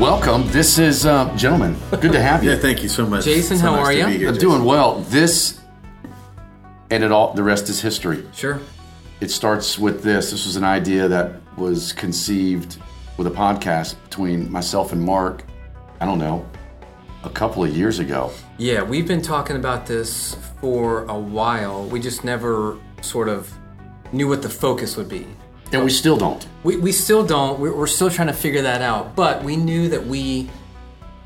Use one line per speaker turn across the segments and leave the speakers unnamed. Welcome. This is, uh, gentlemen, good to have you.
Yeah, thank you so much.
Jason,
So
how
nice
are
to
ya?
be here,
I'm
I'm
Jason.
doing well. This and it all the rest is history.
Sure.
It starts with this. This was an idea that was conceived with a podcast between myself and Mark, I don't know, a couple of years ago.
Yeah, we've been talking about this for a while. We just never sort of knew what the focus would be.
And we still don't.
We, we still don't. We're, we're still trying to figure that out. But we knew that we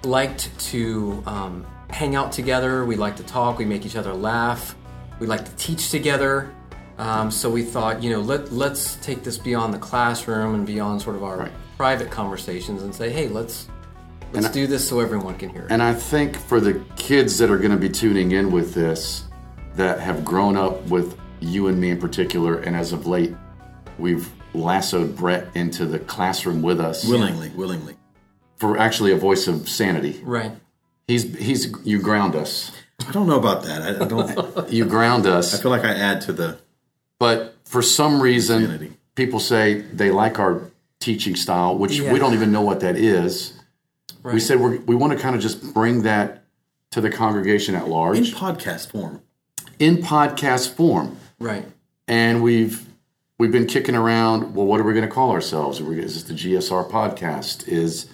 liked to um, hang out together. We like to talk. We make each other laugh. We like to teach together. Um, so we thought, you know, let let's take this beyond the classroom and beyond sort of our private conversations and say, hey, let's let's do this so everyone can hear. it.
And I think for the kids that are going to be tuning in with this, that have grown up with you and me in particular, and as of late, we've lassoed Brett into the classroom with us
Willingly, willingly.
for actually a voice of sanity.
right.
He's he's you ground us.
I don't know about that. I, I don't.
You ground
I
us.
feel like I add to the.
But for some reason,
Sanity.
people say they like our teaching style, which
Yeah.
we don't even know what that is. We
Right.
said we're, we want to kind of just bring that to the congregation at
In
large
podcast form.
in podcast form.
Right.
and we've we've been kicking around. Well, what are we going to call ourselves? Are we, is this the GSR podcast? Is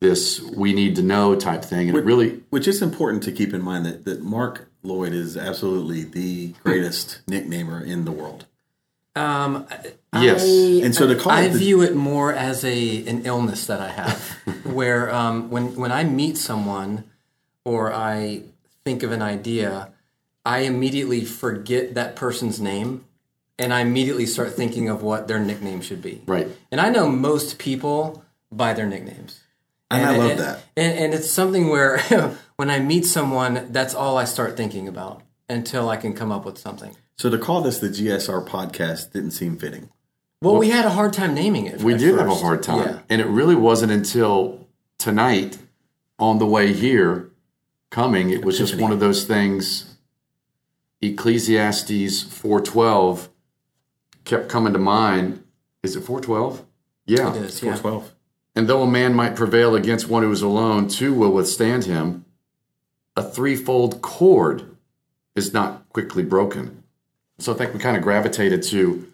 this we need to know type thing? And it really,
Which is important to keep in mind that, that Mark Lloyd is absolutely the greatest
Hmm.
nicknamer in the world.
Um,
Yes.
I,
And so to call
I
it the-
view it more as a an illness that I have, where um, when when I meet someone or I think of an idea, I immediately forget that person's name, and I immediately start thinking of what their nickname should be.
right?
And I know most people by their nicknames.
And, I love
and,
that.
And, and it's something where when I meet someone, that's all I start thinking about until I can come up with something.
So to call this the GSR podcast didn't seem fitting.
Well, we had a hard time naming it.
We
at
did have a
first.
hard time,
Yeah.
and it really wasn't until tonight on the way here coming. It was just one of those things. Ecclesiastes four twelve kept coming to mind. Is it four twelve? Yeah,
It is,
Four
yeah.
twelve.
And though a man might prevail against one who is alone, two will withstand him. A threefold cord is not quickly broken. So I think we kind of gravitated to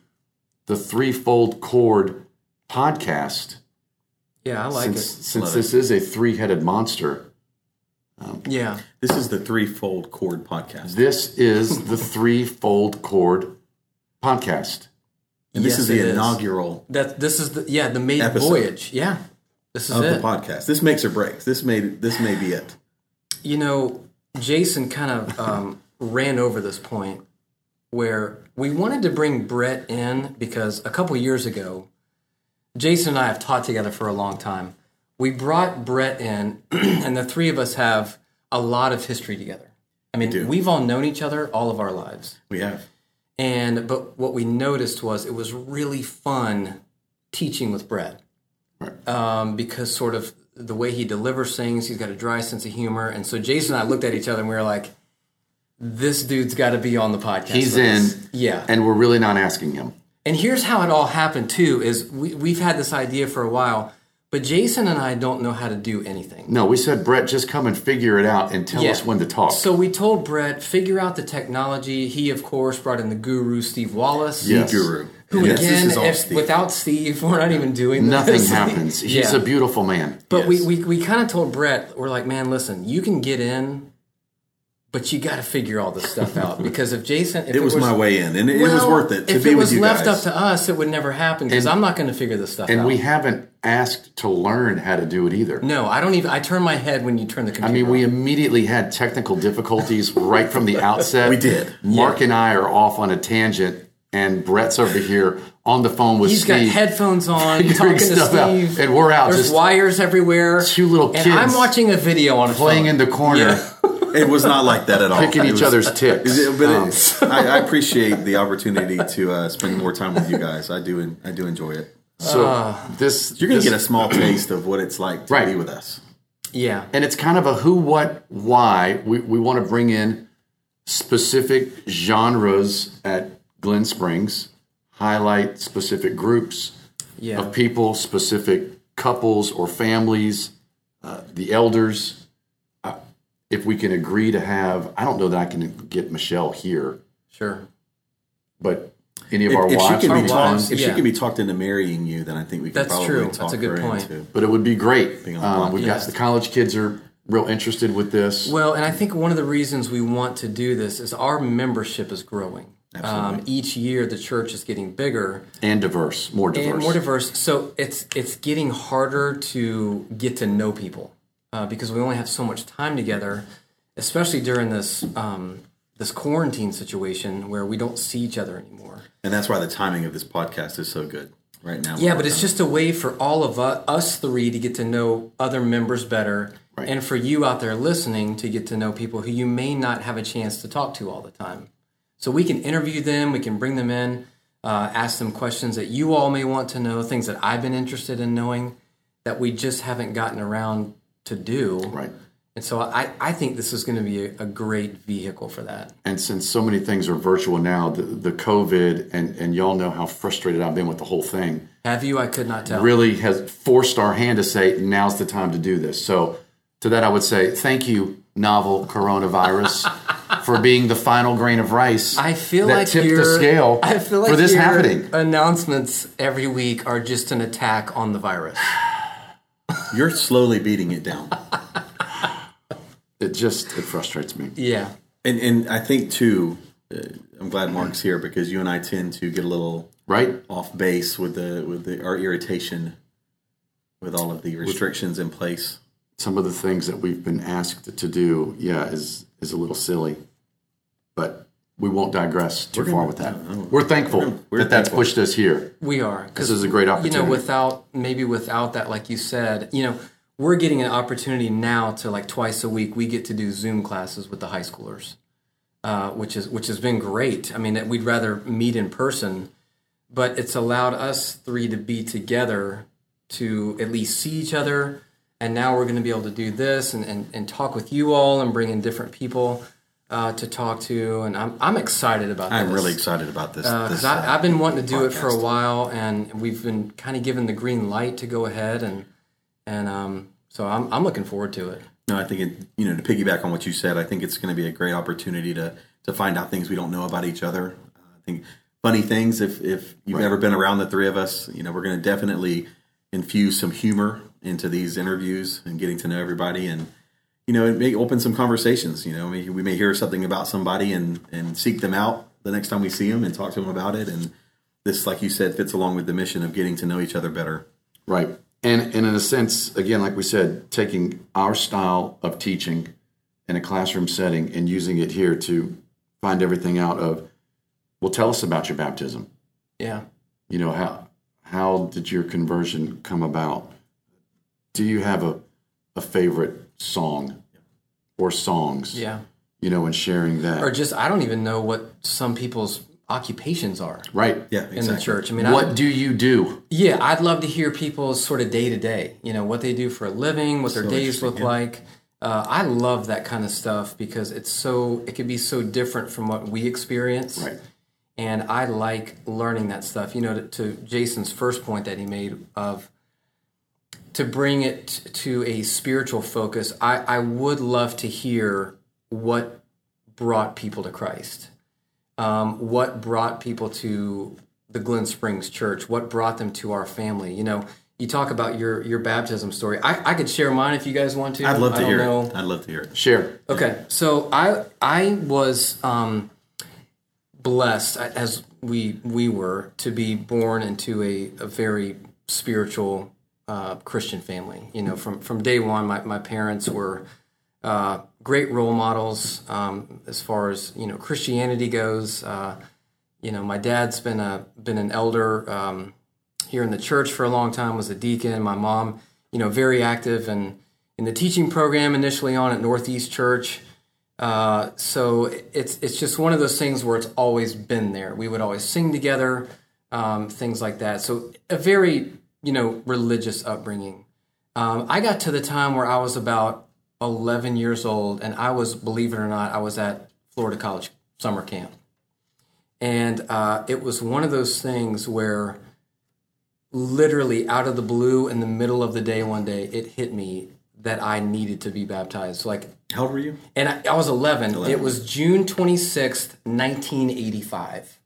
the threefold cord podcast
Yeah, I like
since,
it.
since this is a three headed monster.
Yeah,
This is the threefold chord podcast.
This is the threefold cord podcast.
And this
Yes,
is the
it is.
inaugural
that this is the yeah the maiden
Episode.
voyage. Yeah, this is
of
it.
the podcast. This makes or breaks. This may this may be it.
You know, Jason kind of um, ran over this point where we wanted to bring Brett in because a couple years ago, Jason and I have taught together for a long time. We brought Brett in, and the three of us have a lot of history together. I mean, we've all known each other all of our lives.
We have.
And but what we noticed was it was really fun teaching with Brett,
Right.
um, because sort of the way he delivers things, he's got a dry sense of humor, and so Jason and I looked at each other and we were like, "This dude's got to be on the podcast."
He's
with
in.
us." yeah.
And we're really not asking him.
And here's how it all happened too: is we, we've had this idea for a while, but Jason and I don't know how to do anything.
No, we said, Brett, just come and figure it out and tell
Yeah.
us when to talk.
So we told Brett, figure out the technology. He, of course, brought in the guru, Steve Wallace.
Yes.
Guru.
Who
Yes,
again,
this is all
if-
Steve.
without Steve, we're not even doing
Nothing
this.
happens. He's
Yeah.
a beautiful man.
But
Yes.
we, we, we kind of told Brett, we're like, man, listen, you can get in, but you got to figure all this stuff out because if Jason, if
it was, my way in, and it, it was
Well,
worth it to
if
be
it
with
was
you
left
guys.
up to us, it would never happen because I'm not going to figure this stuff
And
out.
we haven't asked to learn how to do it either.
no, I don't even. I turn my head when you turn the computer.
I mean,
on.
we immediately had technical difficulties right from the outset.
We did.
Mark and I are off on a tangent, and Brett's over here on the phone with
He's
Steve.
got headphones on,
Figuring
talking to
stuff out,
Steve,
and we're out
There's
just
wires everywhere.
two little
and
kids
I'm watching a video on a
playing
phone.
in the corner,
Yeah.
it was not like that at all.
picking
It
each
was-
other's ticks.
It- but
Um,
it- I, I appreciate the opportunity to uh, spend more time with you guys. I do. en- I do enjoy it.
so this
Ah. You're going
this-
to get a small taste of what it's like to
Right.
be with us.
Yeah,
and it's kind of a who, what, why. We we want to bring in specific genres at Glen Springs, highlight specific groups.
yeah.
of people, specific couples or families, uh, the elders. Uh, if we can agree to have, I don't know that I can get Michelle here,
Sure.
but any of
If,
our
if
wives,
she
our
can be
wives,
talked, if
yeah.
she can be talked into marrying you, then I think we can
That's
probably
true.
talk
That's a
her
good point.
into.
but it would be great.
Being on
Um,
block
we've got
list.
the college kids are real interested with this.
Well, and I think one of the reasons we want to do this is our membership is growing. Um, each year, the church is getting bigger
and diverse, more diverse.
and more diverse. So it's it's getting harder to get to know people uh, because we only have so much time together, especially during this um, this quarantine situation where we don't see each other anymore.
And that's why the timing of this podcast is so good right now.
Yeah, but it's just a way for all of us, us three to get to know other members better, and for you out there listening to get to know people who you may not have a chance to talk to all the time. So we can interview them, we can bring them in, uh, ask them questions that you all may want to know, things that I've been interested in knowing that we just haven't gotten around to do.
right.
And so I, I think this is going to be a, a great vehicle for that.
And since so many things are virtual now, the, the COVID and and y'all know how frustrated I've been with the whole thing.
Have you? I could not tell.
Really has forced our hand to say now's the time to do this. So to that I would say thank you, novel coronavirus, for being the final grain of rice.
I feel
that
like
tipped
your-
the scale.
I feel like
for this
your
happening.
Announcements every week are just an attack on the virus.
you're slowly beating it down.
It just it frustrates me.
Yeah.
and and I think too, uh, I'm glad Mark's here because you and I tend to get a little
Right?
off base with the with the, our irritation with all of the restrictions in place.
some of the things that we've been asked to do, yeah, is is a little silly, but we won't digress too far with that. We're thankful
we're
that that's
thankful.
pushed us here.
We are. This
is a great
You
opportunity.
know, without maybe without that, like you said, you know, we're getting an opportunity now to like twice a week we get to do Zoom classes with the high schoolers, uh, which is which has been great. I mean, that we'd rather meet in person, but it's allowed us three to be together to at least see each other. And now we're going to be able to do this and, and, and talk with you all and bring in different people uh, to talk to. And I'm, I'm excited about
I'm
this.
really excited about this. this
Because I've been wanting to do it for a while, and we've been kind of given the green light to go ahead, and and um, so I'm I'm looking forward to it.
No, I think it, you know to piggyback on what you said. I think it's going to be a great opportunity to to find out things we don't know about each other. Uh, I think funny things. If if you've ever been around the three of us, you know we're going to definitely infuse some humor into these interviews and getting to know everybody, and you know it may open some conversations. You know we, we may hear something about somebody and and seek them out the next time we see them and talk to them about it. And this, like you said, fits along with the mission of getting to know each other better.
Right. And and in a sense, again, like we said, taking our style of teaching in a classroom setting and using it here to find everything out of well, tell us about your baptism.
Yeah,
you know how how did your conversion come about do you have a, a favorite song or songs
yeah.
you know and sharing that
Or just I don't even know what some people's occupations are
right
Yeah,
in the church. I mean, I,
what do you do
yeah, I'd love to hear people's sort of day to day. You know, what they do for a living, what their days look like. Uh, I love that kind of stuff because it's so it could be so different from what we experience.
right
and I like learning that stuff. You know, to, to Jason's first point that he made of to bring it t- to a spiritual focus, I, I would love to hear what brought people to Christ, um, what brought people to the Glen Springs Church, what brought them to our family. You know, you talk about your your baptism story. I, I could share mine if you guys want to.
I'd love
I
to
don't
hear
know.
it. I'd love to hear it.
share
Okay, so I I was um, blessed a- as we we were to be born into a, a very spiritual uh, Christian family. You know, from from day one, my my parents were uh, great role models um, as far as you know Christianity goes. Uh, you know, my dad's been a been an elder um, here in the church for a long time. Was a deacon. My mom, you know, very active and in the teaching program initially on at Northeast Church. Uh, so it's it's just one of those things where it's always been there. We would always sing together, um, things like that. So a very you know religious upbringing. Um, I got to the time where I was about 11 years old, and I was, believe it or not, I was at Florida College summer camp, and uh, it was one of those things where literally out of the blue in the middle of the day one day it hit me that I needed to be baptized. Like,
How old were you?
and I, I was 11. It was June 26th, 1985.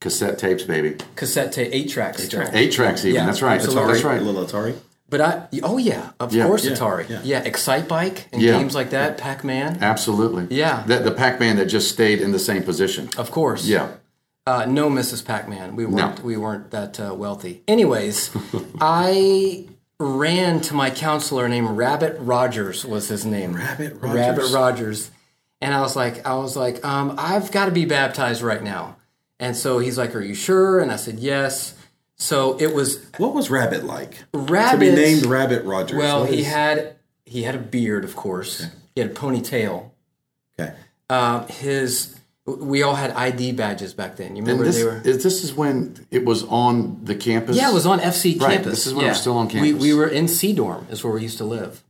Cassette tapes, baby.
Cassette tape, eight tracks. still.
Eight tracks, even.
Yeah,
that's right. That's
A
right.
little Atari.
But I, oh yeah, of
Yeah,
course
yeah,
Atari. Yeah, Excite Bike and
Yeah.
games like that, Pac Man.
Absolutely.
Yeah. Oh,
That the Pac-Man that just stayed in the same position.
Of course.
Yeah.
Uh, no, Mrs. Pac-Man. We weren't. We weren't that uh, wealthy. Anyways, I ran to my counselor named Rabbit Rogers was his name.
Rabbit
Rabbit
Rogers.
Rogers. And I was like, I was like, um, I've got to be baptized right now. And so he's like, Are you sure? And I said, Yes. So it was
What was Rabbit like?
Rabbit.
To be named Rabbit Rogers.
well,
What
he
is-
had he had a beard, of course. He had a ponytail.
Okay.
Um, his we all had ID badges back then. You
And
remember
this,
they were
is- this is when it was on the campus.
Yeah, it was on FC
Right,
campus.
this is when
yeah.
I was still on
We,
campus.
we were in C dorm, is where we used to live.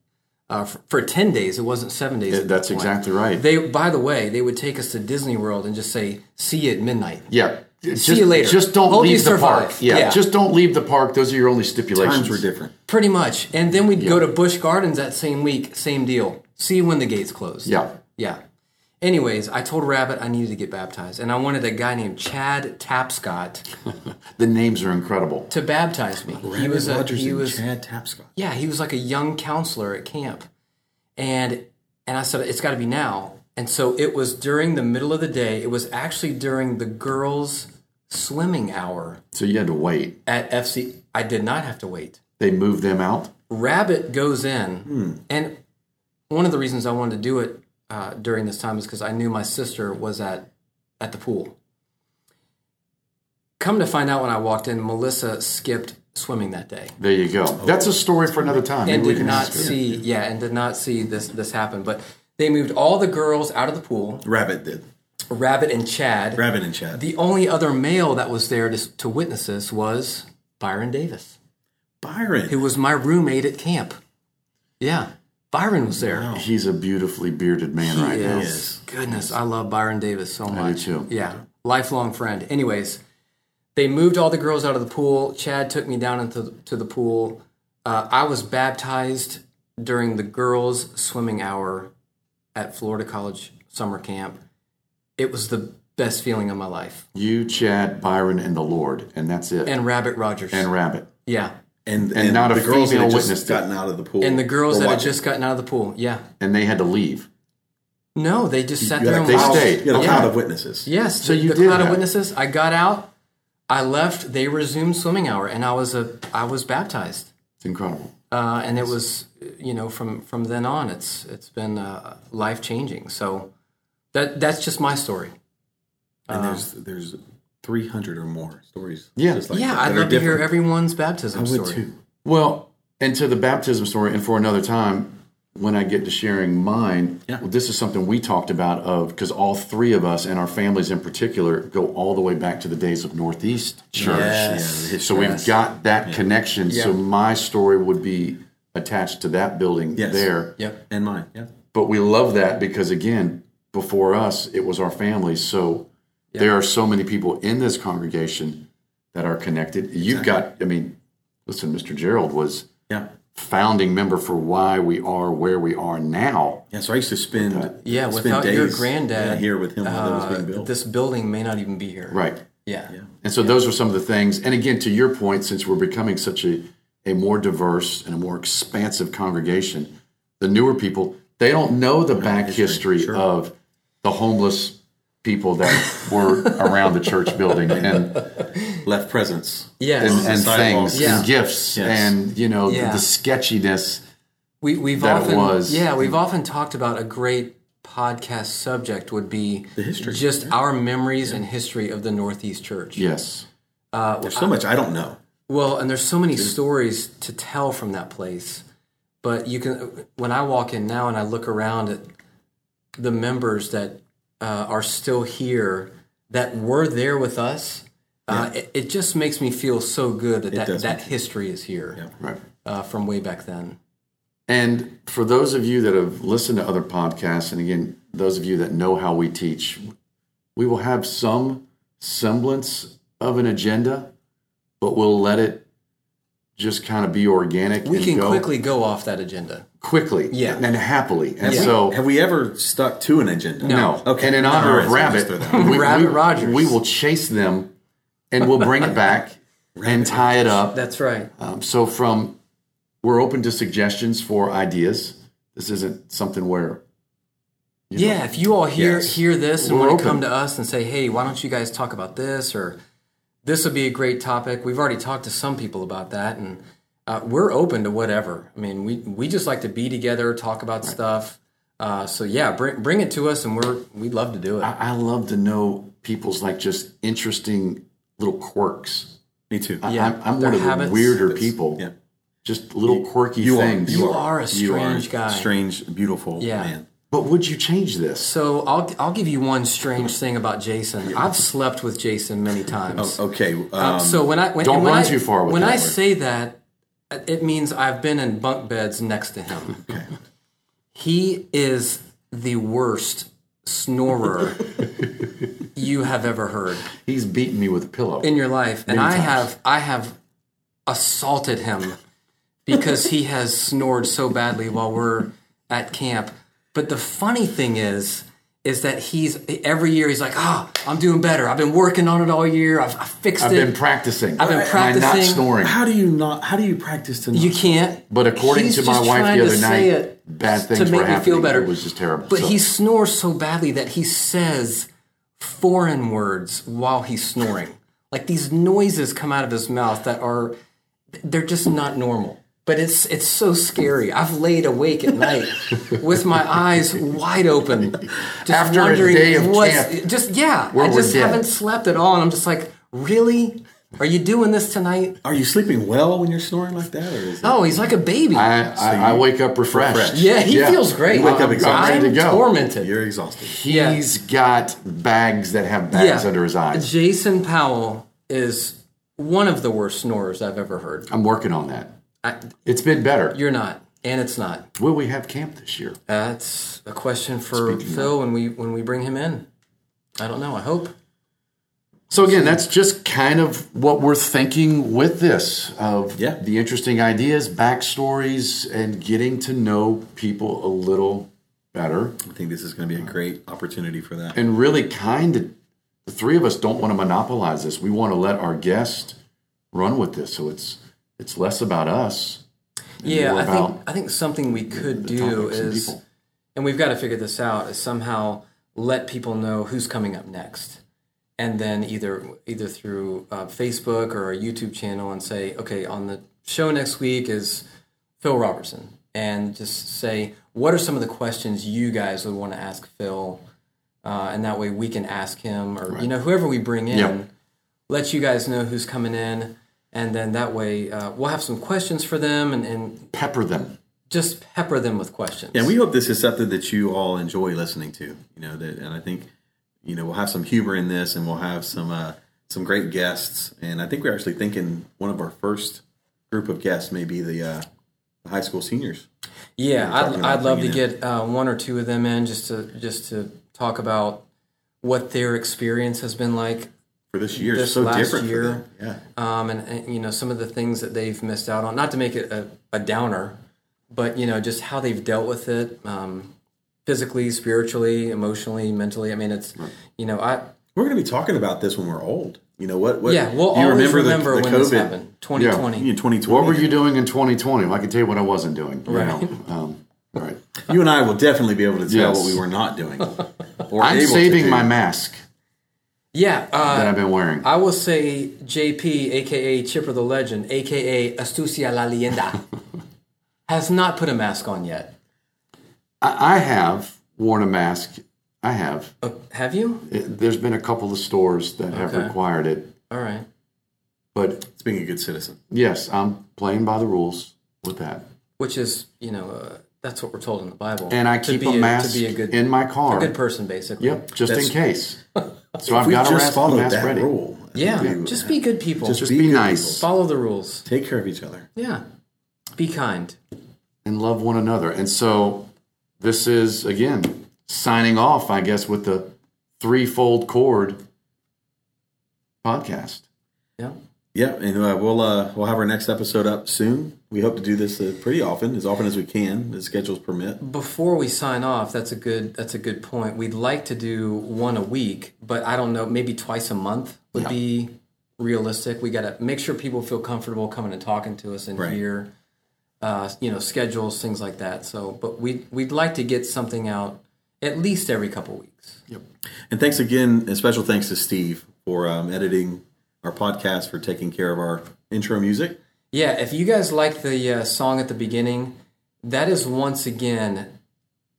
Uh, for, for 10 days, it wasn't seven days. at that
That's
point.
exactly right.
They, by the way, they would take us to Disney World and just say, "See you at midnight."
yeah. Just,
you later.
Just don't
Hope you
leave the
survive.
park. Yeah,
Yeah.
Just don't leave the park. Those are your only stipulations.
Times were different.
Pretty much, and then we'd go to Busch Gardens that same week. Same deal. See you when the gates close.
Yeah.
yeah. Anyways, I told Rabbit I needed to get baptized, and I wanted a guy named Chad Tapscott
The names are incredible.
to baptize me. Rabbit he
Rabbit
was a,
Rogers
he
and
was
Chad Tapscott.
yeah, he was like a young counselor at camp. And and I said it's got to be now. And so it was during the middle of the day. It was actually during the girls swimming hour
So you had to wait.
at FC. I did not have to wait.
They moved them out.
Rabbit goes in, and one of the reasons I wanted to do it uh, during this time is because I knew my sister was at at the pool. Come to find out, when I walked in, Melissa skipped swimming that day.
There you go. That's a story for another time.
Oh. and
Maybe we
did
can
not
ask her.
see yeah and did not see this this happen but they moved all the girls out of the pool
Rabbit did.
rabbit and chad
Rabbit and Chad.
the only other male that was there to, to witness this was byron davis
Byron.
who was my roommate at camp yeah byron was there
He's a beautifully bearded man
He
right now.
is. goodness i love byron davis so much
I do too.
yeah lifelong friend anyways they moved all the girls out of the pool chad took me down into to the pool uh, i was baptized during the girls swimming hour at florida college summer camp it was the best feeling of my life
You, Chad, Byron, and the Lord, and that's it.
and rabbit rogers
And Rabbit.
yeah
And, and,
not a
the girls that
female
had just
witness to
gotten out of the pool.
and the girls
were
that had
watching.
just gotten out of the pool yeah
And they had to leave.
no they just sat
You had
there
a
and
They
watched.
cloud-
stayed.
You had a
Yeah.
cloud of witnesses.
Yes.
So
the,
you
the
did
cloud of
have-
witnesses. I got out. I left. They resumed swimming hour, and I was a I was baptized.
It's incredible.
Uh, and it was you know from from then on it's it's been uh, life changing. So that that's just my story.
And there's there's 300 or more stories.
Yeah.
just like
Yeah,
that
I'd
that are
love to hear
different.
everyone's baptism
I would
story.
too.
Well, and to the baptism story, and for another time, when I get to sharing mine,
Yeah.
well, this is something we talked about of because all three of us and our families in particular go all the way back to the days of Northeast Church.
Yes.
So we've got that connection. So
Yeah.
my story would be attached to that building
Yes.
there.
Yep.
And mine. Yeah.
But we love that because again, before us, it was our families. So there are so many people in this congregation that are connected. You've got, I mean, listen, Mr. Gerald was
Yeah.
founding member for why we are where we are now.
Yeah. So I used to spend
Yeah,
spend
without your
days,
granddad, uh,
yeah, here with him while that was being built.
This building may not even be here.
Right.
Yeah.
And so those are some of the things. And again, to your point, since we're becoming such a, a more diverse and a more expansive congregation, the newer people, they don't know the back history, of the homeless people that were around the church building and, and,
left presence.
Yes.
and
sidewalks.
things
Yeah.
and gifts
Yes.
and, you know, the,
Yeah.
the sketchiness.
We, we've
that it
often
was.
yeah we've often talked about a great podcast subject would be the
history.
just our memories and history of the Northeast Church.
Yes.
There's so much I don't know.
Well, and there's so many stories to tell from that place. But you can, when I walk in now and I look around at the members that uh, are still here that were there with us, uh, it, it just makes me feel so good that that,
does
that history is here
Right.
uh, from way back then.
And for those of you that have listened to other podcasts, and again, those of you that know how we teach, we will have some semblance of an agenda, but we'll let it just kind of be organic.
We
and
can
go
quickly go off that agenda.
quickly,
Yeah.
and happily. And
Yeah.
so
Have we ever stuck to an agenda?
No.
Okay.
And in
All
honor
right,
of
so
Rabbit,
just throw that
we,
Rabbit
we-
Rogers.
we will chase them and we'll bring it back and tie it up.
That's right.
Um, so from we're open to suggestions for ideas. This isn't something where
yeah, if you all hear
Yes.
hear this and
We're
want to come
open.
to us and say, "Hey, why don't you guys talk about this?" or "This would be a great topic." We've already talked to some people about that, and uh, we're open to whatever. I mean, we we just like to be together, talk about stuff. Uh, so yeah, bring bring it to us, and we're we'd love to do it.
I, I love to know people's like just interesting little quirks.
Me too.
I-
Yeah,
I'm, I'm
their
one of
habits.
the weirder people.
yeah.
Just little quirky
you are-
things.
you are a
You are a
strange guy.
Strange, beautiful
Yeah.
man.
But would you change this?
So I'll I'll give you one strange thing about Jason. I've slept with Jason many
Oh,
times.
Okay. Um,
Um, so when I when,
don't
and when
run
I-
too far with
when
that
I
word.
say that, it means I've been in bunk beds next to him. He is the worst snorer you have ever heard
He's beating me with a pillow.
in your life, and I have I have assaulted him because he has snored so badly while we're at camp. But the funny thing is, is that he's every year he's like, ah, I'm doing better. I've been working on it all year. I've I fixed
I've
it.
been practicing.
I've been
Am I not
practicing.
snoring.
how do you not? How do you practice to not?
You can't.
But according
He's
to my
just
wife
trying
the
to
other night,
say it
bad things
to make
were
me
happening.
feel better.
It was just terrible.
But
So-
he snores so badly that he says foreign words while he's snoring. like these noises come out of his mouth that are they're just not normal. But it's it's so scary. I've laid awake at night with my eyes wide open, just
After a
wondering
day of
what's
camp
just yeah.
where
I
we're
just
dead.
haven't slept at all, and I'm just like, really? Are you doing this tonight?
Are you sleeping well when you're snoring like that, or is it?
Oh, he's like a baby.
I, I, I wake up refreshed.
Refreshed.
yeah, he feels great.
You wake up
I'm-
exhausted.
Ready to
I'm
go.
tormented.
You're exhausted.
Yeah.
He's got bags that have bags under his eyes.
Jason Powell is one of the worst snorers I've ever heard.
I'm working on that.
I,
It's been better.
you're not, and it's not.
Will we have camp this year?
That's a question for Phil when we when we bring him in. I don't know. I hope.
So again, that's just kind of what we're thinking with this of
Yeah.
the interesting ideas, backstories, and getting to know people a little better.
I think this is going to be a great opportunity for that.
and really kind of the three of us don't want to monopolize this we want to let our guest run with this so it's it's less about us
Yeah,
more
I think
about
I think something we could do
topics and
is, and,
people.
we've got to figure this out, is somehow let people know who's coming up next, and then either either through uh, Facebook or our YouTube channel, and say, okay, on the show next week is Phil Robertson, and just say what are some of the questions you guys would want to ask Phil, uh, and that way we can ask him or you know whoever we bring in
Yep.
let you guys know who's coming in, and then that way uh, we'll have some questions for them and, and
pepper them
just pepper them with questions.
And we hope this is something that you all enjoy listening to. You know that, and I think you know we'll have some humor in this, and we'll have some uh, some great guests. And I think we're actually thinking one of our first group of guests may be the, uh, the high school seniors.
yeah,
talking
I'd,
about
I'd love to
bringing
get uh, one or two of them in just to just to talk about what their experience has been like,
for this year.
This
so
last
different
year.
for them. Yeah.
um, and, and you know some of the things that they've missed out on. Not to make it a, a downer, but you know just how they've dealt with it. Um, physically spiritually emotionally mentally i mean it's you know i
We're going to be talking about this when we're old. You know what? what
yeah we'll
do you
always remember,
the- the
when this
COVID
happened 2020
in 2020.
what were you doing in 2020 well, i can tell you what i wasn't doing you
Right.
know? um, all right
You and I will definitely be able to tell
Yes.
what we were not doing. Or
i'm
able to
saving
do.
my mask
yeah uh,
that i've been wearing
I will say JP, aka Chipper the Legend, aka Astucia La Leyenda, has not put a mask on yet.
I, I have worn a mask i have
Uh, have you?
It- there's been a couple of stores that have
Okay.
required it
All right.
but
It's being a good citizen.
yes i'm playing by the rules with that
Which is, you know, uh, that's what we're told in the Bible.
and i
To
keep
be
a mask
to be a good,
in my car
good person, basically.
Yep, just in
That's-
case. So I've
we
got a
just
mask,
follow
mask
that
ready.
rule. I think
Yeah.
we-
just be good people.
Just be
good
nice
follow the rules.
people. Take care of each other.
Yeah. Be kind.
and love one another. And so this is again signing off, I guess, with the threefold chord podcast.
Yeah.
Yep, and uh, we'll uh, we'll have our next episode up soon. We hope to do this uh, pretty often, as often as we can, as schedules permit.
Before we sign off, that's a good that's a good point. We'd like to do one a week, but I don't know, maybe twice a month would be realistic. We got to make sure people feel comfortable coming and talking to us and
Right.
here, uh, you know, schedules, things like that. So, but we we'd like to get something out at least every couple weeks.
And thanks again, and special thanks to Steve for um, editing our podcast, for taking care of our intro music.
Yeah, if you guys like the uh, song at the beginning, that is once again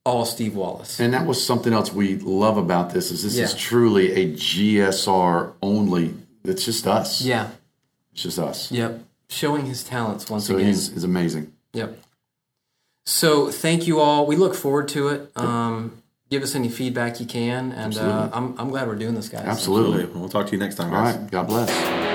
all Steve Wallace.
And that was something else we love about this is this is
Yeah.
truly a GSR only. It's just us.
Yeah.
It's just us.
Yep. Showing his talents once
So
again.
he's, he's amazing.
Yep. So thank you all. We look forward to it. Um, give us any feedback you can, and uh, I'm I'm glad we're doing this, guys.
Absolutely.
We'll talk to you next time,
All
guys.
right. God bless.